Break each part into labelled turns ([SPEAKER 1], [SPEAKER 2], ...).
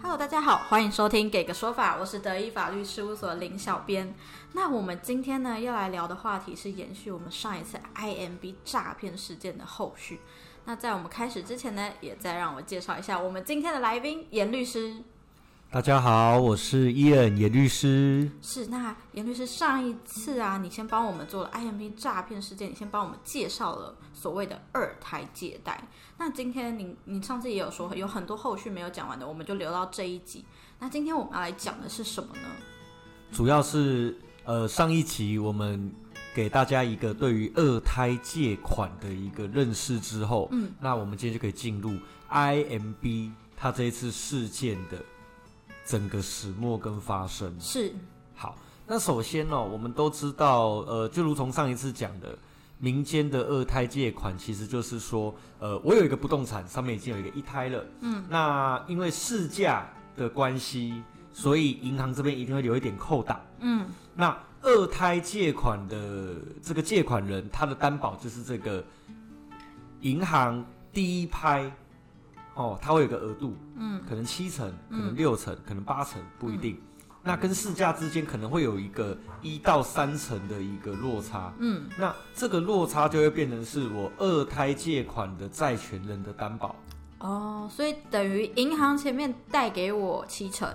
[SPEAKER 1] Hello，大家好，欢迎收听《给个说法》，我是德意法律事务所林小编。那我们今天呢要来聊的话题是延续我们上一次 IMB 诈骗事件的后续。那在我们开始之前呢，也再让我介绍一下我们今天的来宾严律师。
[SPEAKER 2] 大家好，我是伊恩严律师。
[SPEAKER 1] 是，那严律师上一次啊，你先帮我们做了 IMB 诈骗事件，你先帮我们介绍了所谓的二胎借贷。那今天你你上次也有说有很多后续没有讲完的，我们就留到这一集。那今天我们要来讲的是什么呢？
[SPEAKER 2] 主要是呃，上一期我们给大家一个对于二胎借款的一个认识之后，嗯，那我们今天就可以进入 IMB 它这一次事件的整个始末跟发生。
[SPEAKER 1] 是
[SPEAKER 2] 好，那首先哦，我们都知道，呃，就如同上一次讲的，民间的二胎借款其实就是说，呃，我有一个不动产，上面已经有一个一胎了，嗯，那因为市价的关系，所以银行这边一定会留一点扣打，嗯，那二胎借款的这个借款人，他的担保就是这个银行第一拍。哦，它会有个额度，嗯，可能七成，可能六成，可能八成，不一定。那跟市价之间可能会有一个一到三成的一个落差，嗯，那这个落差就会变成是我二胎借款的债权人的担保，
[SPEAKER 1] 哦，所以等于银行前面贷给我七成，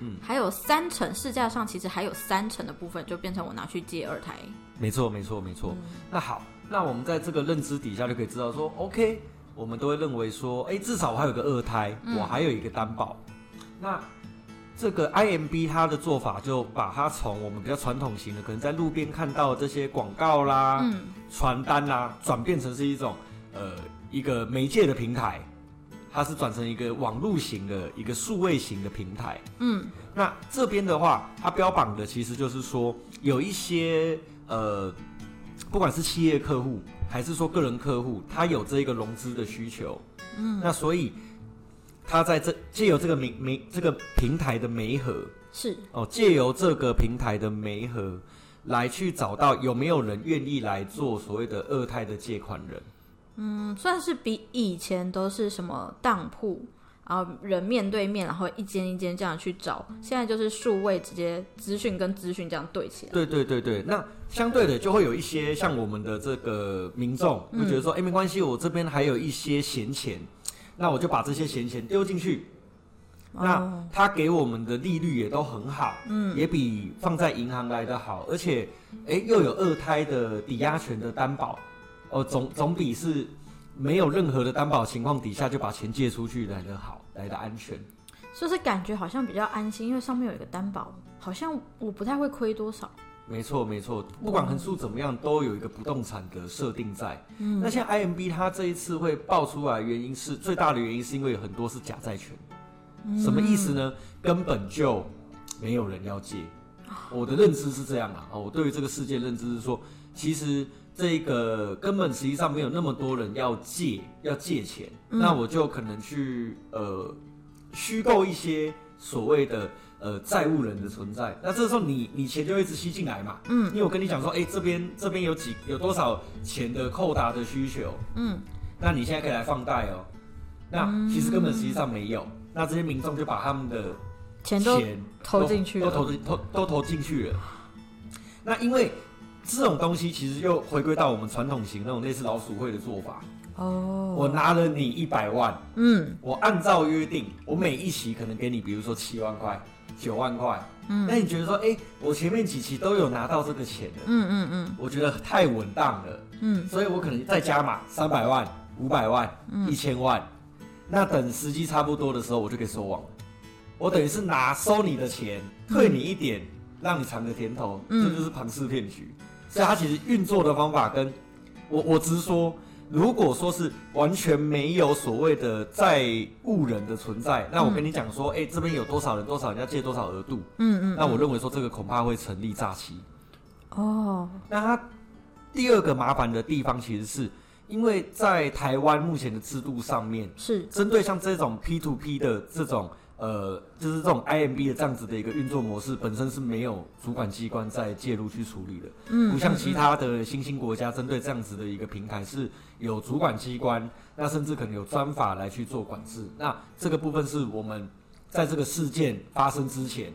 [SPEAKER 1] 嗯，还有三成市价上其实还有三成的部分就变成我拿去借二胎。
[SPEAKER 2] 没错，没错，没错。那好，那我们在这个认知底下就可以知道说，OK，我们都会认为说，哎，至少我还有个二胎，我还有一个担保。那这个 IMB 它的做法就把它从我们比较传统型的，可能在路边看到的这些广告
[SPEAKER 1] 嗯
[SPEAKER 2] 啦、传单啦，转变成是一种呃一个媒介的平台，它是转成一个网络型的一个数位型的平台。
[SPEAKER 1] 嗯，
[SPEAKER 2] 那这边的话，它标榜的其实就是说，有一些呃，不管是企业客户还是说个人客户，他有这个融资的需求，嗯，那所以他在这借由这个媒媒这个平台的媒合
[SPEAKER 1] 是
[SPEAKER 2] 哦，借由这个平台的媒合来去找到有没有人愿意来做所谓的二胎的借款人。
[SPEAKER 1] 嗯，算是比以前都是什么当铺，然后人面对面，然后一间一间这样去找，现在就是数位直接资讯跟资讯这样对起来。
[SPEAKER 2] 对对对对，那相对的就会有一些像我们的这个民众会觉得说，哎、没关系，我这边还有一些闲钱，那我就把这些闲钱丢进去。
[SPEAKER 1] 啊哦
[SPEAKER 2] 那他给我们的利率也都很好，嗯，也比放在银行来的好，而且，哎、又有二胎的抵押权的担保，哦、总总比是没有任何的担保情况底下就把钱借出去来的好，来的安全。
[SPEAKER 1] 就是感觉好像比较安心，因为上面有一个担保，好像我不太会亏多少。
[SPEAKER 2] 没错，没错，不管横数怎么样，都有一个不动产的设定在。嗯，那像 IMB 它这一次会爆出来，原因是最大的原因是因为有很多是假债权。什么意思呢？根本就没有人要借。我的认知是这样啊，哦，我对于这个世界认知是说，其实这个根本实际上没有那么多人要借，要借钱，那我就可能去呃虚构一些所谓的呃债务人的存在。那这时候你你钱就会一直吸进来嘛，嗯，因为我跟你讲说，哎、这边这边有几有多少钱的扣打的需求，
[SPEAKER 1] 嗯，
[SPEAKER 2] 那你现在可以来放贷哦。那其实根本实际上没有，那这些民众就把他们的
[SPEAKER 1] 钱都投进去
[SPEAKER 2] 都
[SPEAKER 1] 了。
[SPEAKER 2] 投进投都投进去了。那因为这种东西其实又回归到我们传统型那种类似老鼠会的做法。
[SPEAKER 1] 哦，
[SPEAKER 2] 我拿了你一百万，
[SPEAKER 1] 嗯，
[SPEAKER 2] 我按照约定，我每一期可能给你，比如说七万块、九万块。嗯，那你觉得说，哎、我前面几期都有拿到这个钱的，
[SPEAKER 1] 嗯嗯嗯，
[SPEAKER 2] 我觉得太稳当了，
[SPEAKER 1] 嗯，
[SPEAKER 2] 所以我可能再加码三百万、五百万、一千万，那等时机差不多的时候，我就可以收网了。我等于是拿收你的钱，退你一点，让你尝个甜头，这就是庞氏骗局。所以它其实运作的方法跟我我直说，如果说是完全没有所谓的债务人的存在，那我跟你讲说，哎、这边有多少人，多少人要借多少额度，嗯嗯，那我认为说这个恐怕会成立诈欺。
[SPEAKER 1] 哦，
[SPEAKER 2] 那它第二个麻烦的地方，其实是因为在台湾目前的制度上面，
[SPEAKER 1] 是
[SPEAKER 2] 针对像这种 P to P 的这种呃，就是这种 IMB 的这样子的一个运作模式，本身是没有主管机关在介入去处理的，
[SPEAKER 1] 嗯，
[SPEAKER 2] 不像其
[SPEAKER 1] 嗯
[SPEAKER 2] 他的新兴国家针对这样子的一个平台是有主管机关，那甚至可能有专法来去做管制。那这个部分是我们在这个事件发生之前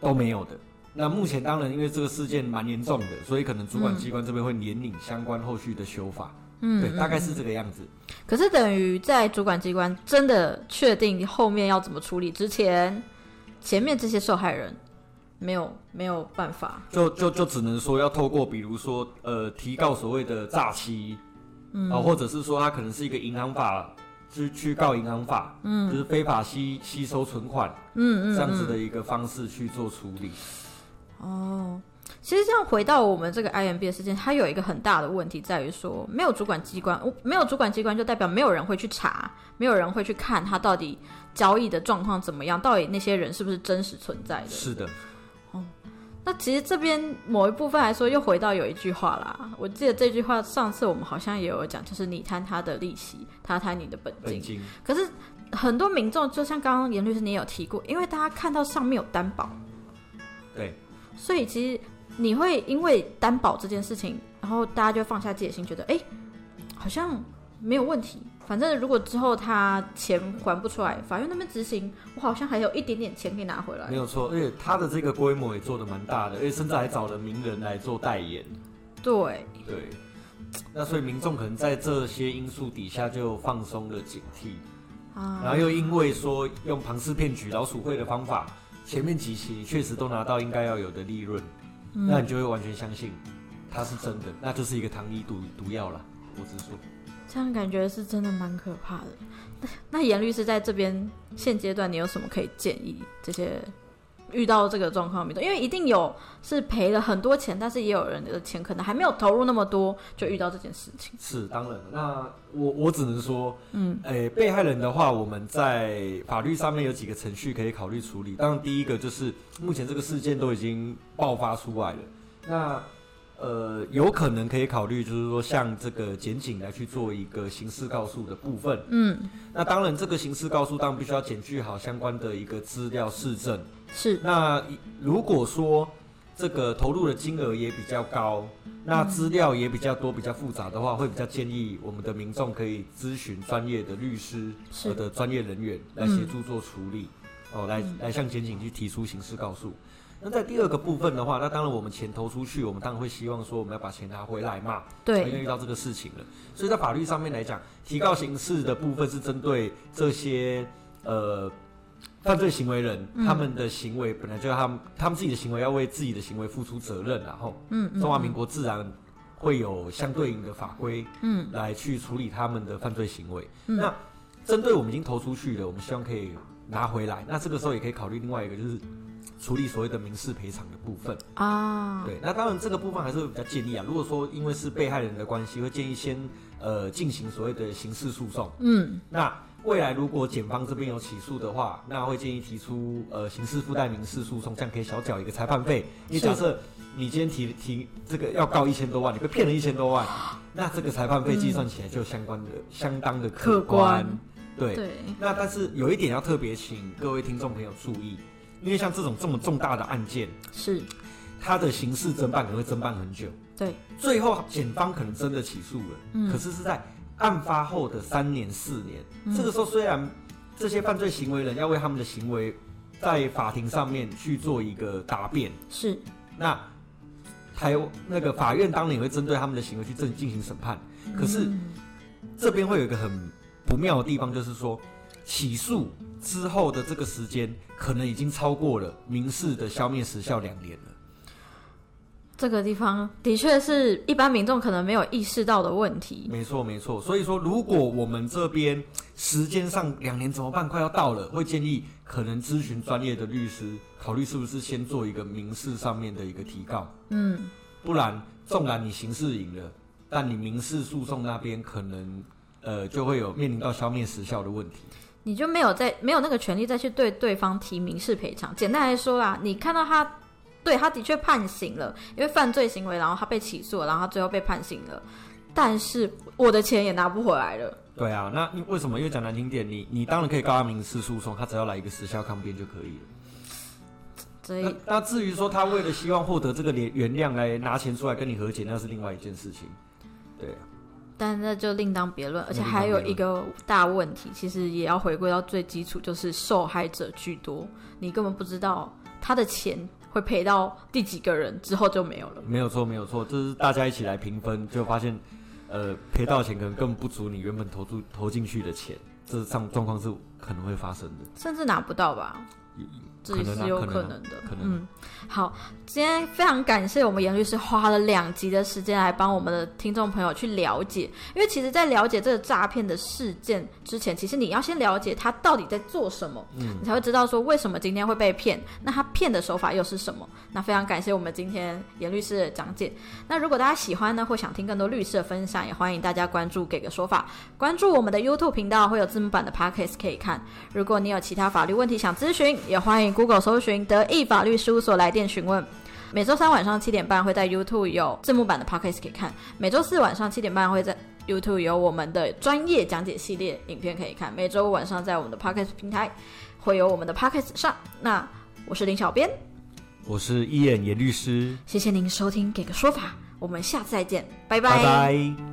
[SPEAKER 2] 都没有的。那目前当然因为这个事件蛮严重的，所以可能主管机关这边会联领相关后续的修法，
[SPEAKER 1] 嗯，
[SPEAKER 2] 对，
[SPEAKER 1] 嗯
[SPEAKER 2] 大概是这个样子。
[SPEAKER 1] 可是等于在主管机关真的确定后面要怎么处理之前，前面这些受害人没有没有办法，
[SPEAKER 2] 就就就只能说要透过比如说呃提告所谓的诈欺，
[SPEAKER 1] 嗯，
[SPEAKER 2] 啊、或者是说它可能是一个银行法去去告银行法，嗯，就是非法吸吸收存款
[SPEAKER 1] 嗯嗯，
[SPEAKER 2] 这样子
[SPEAKER 1] 嗯
[SPEAKER 2] 的一个方式去做处理。
[SPEAKER 1] 哦，其实这样回到我们这个 IMB 的事件，它有一个很大的问题在于说，没有主管机关，我没有主管机关就代表没有人会去查，没有人会去看他到底交易的状况怎么样，到底那些人是不是真实存在的。
[SPEAKER 2] 是的，
[SPEAKER 1] 那其实这边某一部分来说，又回到有一句话啦，我记得这句话上次我们好像也有讲，就是你贪他的利息，他贪你的本金
[SPEAKER 2] 本。金
[SPEAKER 1] 可是很多民众，就像刚刚严律师你也有提过，因为大家看到上面有担保，
[SPEAKER 2] 对，
[SPEAKER 1] 所以其实你会因为担保这件事情，然后大家就放下戒心，觉得哎、诶好像没有问题。反正如果之后他钱还不出来，法院那边执行，我好像还有一点点钱可以拿回来
[SPEAKER 2] 没。有错，而且它的这个规模也做得蛮大的，而且甚至还找了名人来做代言。
[SPEAKER 1] 对，
[SPEAKER 2] 对，那所以民众可能在这些因素底下就放松了警惕。然
[SPEAKER 1] 啊，
[SPEAKER 2] 后又因为说用庞氏骗局、老鼠会的方法，前面几期确实都拿到应该要有的利润，那你就会完全相信它是真的，那就是一个糖衣毒毒药了。我只说，
[SPEAKER 1] 这样感觉是真的蛮可怕的。 那那严律师在这边现阶段，你有什么可以建议这些遇到这个状况的民众？因为一定有是赔了很多钱，但是也有人的钱可能还没有投入那么多，就遇到这件事情。
[SPEAKER 2] 是当然了。那我我只能说，
[SPEAKER 1] 嗯，
[SPEAKER 2] 诶、被害人的话，我们在法律上面有几个程序可以考虑处理。当然，第一个就是目前这个事件都已经爆发出来了，那。呃，有可能可以考虑，就是说像这个检警来去做一个刑事告诉的部分，
[SPEAKER 1] 嗯，
[SPEAKER 2] 那当然，这个刑事告诉当然必须要检具好相关的一个资料市政。
[SPEAKER 1] 是，
[SPEAKER 2] 那如果说这个投入的金额也比较高，那资料也比较多、比较复杂的话，会比较建议我们的民众可以咨询专业的律师
[SPEAKER 1] 是
[SPEAKER 2] 和的专业人员来协助做处理，哦，来来向检警去提出刑事告诉。那在第二个部分的话，那当然我们钱投出去，我们当然会希望说我们要把钱拿回来嘛。因为
[SPEAKER 1] 对，
[SPEAKER 2] 遇到这个事情了，所以在法律上面来讲，提告刑事的部分是针对这些呃犯罪行为人、
[SPEAKER 1] 嗯
[SPEAKER 2] 他们的行为本来就他们他们自己的行为要为自己的行为负出责任，然后
[SPEAKER 1] 嗯，嗯
[SPEAKER 2] 中华民，国自然会有相对应的法规
[SPEAKER 1] 嗯
[SPEAKER 2] 来去处理他们的犯罪行为。
[SPEAKER 1] 嗯
[SPEAKER 2] 那针对我们已经投出去了，我们希望可以拿回来。那这个时候也可以考虑另外一个，就是处理所谓的民事赔偿的部分。
[SPEAKER 1] 啊，
[SPEAKER 2] 对，那当然这个部分还是会比较建议啊。如果说因为是被害人的关系，会建议先呃进行所谓的刑事诉讼。
[SPEAKER 1] 嗯，
[SPEAKER 2] 那未来如果检方这边有起诉的话，那会建议提出呃刑事附带民事诉讼，这样可以小缴一个裁判费。因为
[SPEAKER 1] 是
[SPEAKER 2] 假设你今天提提这个要告一千多万，你被骗了一千多万，那这个裁判费计算起来就相关的、相当的
[SPEAKER 1] 客
[SPEAKER 2] 可观。
[SPEAKER 1] 观
[SPEAKER 2] 对，
[SPEAKER 1] 对，
[SPEAKER 2] 那但是有一点要特别请各位听众朋友注意，因为像这种这么重大的案件。
[SPEAKER 1] 是，
[SPEAKER 2] 他的刑事侦办可能会侦办很久，
[SPEAKER 1] 对，
[SPEAKER 2] 最后检方可能真的起诉了，
[SPEAKER 1] 嗯
[SPEAKER 2] 可是是在案发后的三年四年，
[SPEAKER 1] 嗯
[SPEAKER 2] 这个时候虽然这些犯罪行为人要为他们的行为在法庭上面去做一个答辩，
[SPEAKER 1] 是，
[SPEAKER 2] 那台那个法院当然也会针对他们的行为去正进行审判，可是
[SPEAKER 1] 嗯
[SPEAKER 2] 这边会有一个很不妙的地方，就是说起诉之后的这个时间可能已经超过了民事的消灭时效两年了。
[SPEAKER 1] 这个地方的确是一般民众可能没有意识到的问题。
[SPEAKER 2] 没错，没错。所以说，如果我们这边时间上两年怎么办？快要到了，会建议可能咨询专业的律师，考虑是不是先做一个民事上面的一个提告，
[SPEAKER 1] 嗯，
[SPEAKER 2] 不然纵然你刑事赢了，但你民事诉讼那边可能呃就会有面临到消灭时效的问题。
[SPEAKER 1] 你就没有在没有那个权利再去对对方提民事赔偿。简单来说啦，你看到他。对他的确判刑了，因为犯罪行为，然后他被起诉了，然后他最后被判刑了，但是我的钱也拿不回来了。
[SPEAKER 2] 对啊，那你为什么？因为讲难听点，你你当然可以告他民事诉讼，他只要来一个时效抗辩就可以了。
[SPEAKER 1] 所
[SPEAKER 2] 那
[SPEAKER 1] 以
[SPEAKER 2] 那至于说他为了希望获得这个原原谅来拿钱出来跟你和解，那是另外一件事情。对啊，
[SPEAKER 1] 但那就另当别论，而且
[SPEAKER 2] 另当
[SPEAKER 1] 还有
[SPEAKER 2] 别
[SPEAKER 1] 一个大问题，其实也要回归到最基础，就是受害者居多，你根本不知道他的钱会赔到第几个人之后就没有了。
[SPEAKER 2] 没有错，没有错，这是大家一起来评分，就发现，呃，赔到的钱可能根本不足你原本投注投进去的钱，这上状况是可能会发生的。
[SPEAKER 1] 甚至拿不到吧，这也
[SPEAKER 2] 可能啊
[SPEAKER 1] 是有
[SPEAKER 2] 可能啊
[SPEAKER 1] 能的。
[SPEAKER 2] 可能啊
[SPEAKER 1] 嗯，好，今天非常感谢我们严律师花了两集的时间来帮我们的听众朋友去了解，因为其实，在了解这个诈骗的事件之前，其实你要先了解他到底在做什么，嗯、你才会知道说为什么今天会被骗，那他骗的手法又是什么。那非常感谢我们今天严律师的讲解。那如果大家喜欢呢，或想听更多律师的分享，也欢迎大家关注“给个说法”，关注我们的 YouTube 频道，会有字幕版的 Podcast 可以看。如果你有其他法律问题想咨询，也欢迎 Google 搜寻德意法律事务所来电询问。每周三晚上七点半会在 YouTube 有字幕版的 Podcast 可以看，每周四晚上七点半会在 YouTube 有我们的专业讲解系列影片可以看，每周五晚上在我们的 Podcast 平台会有我们的 Podcast 上。那我是林小编，
[SPEAKER 2] 我是伊眼严律师，
[SPEAKER 1] 谢谢您收听《给个说法》，我们下次再见，拜
[SPEAKER 2] 拜拜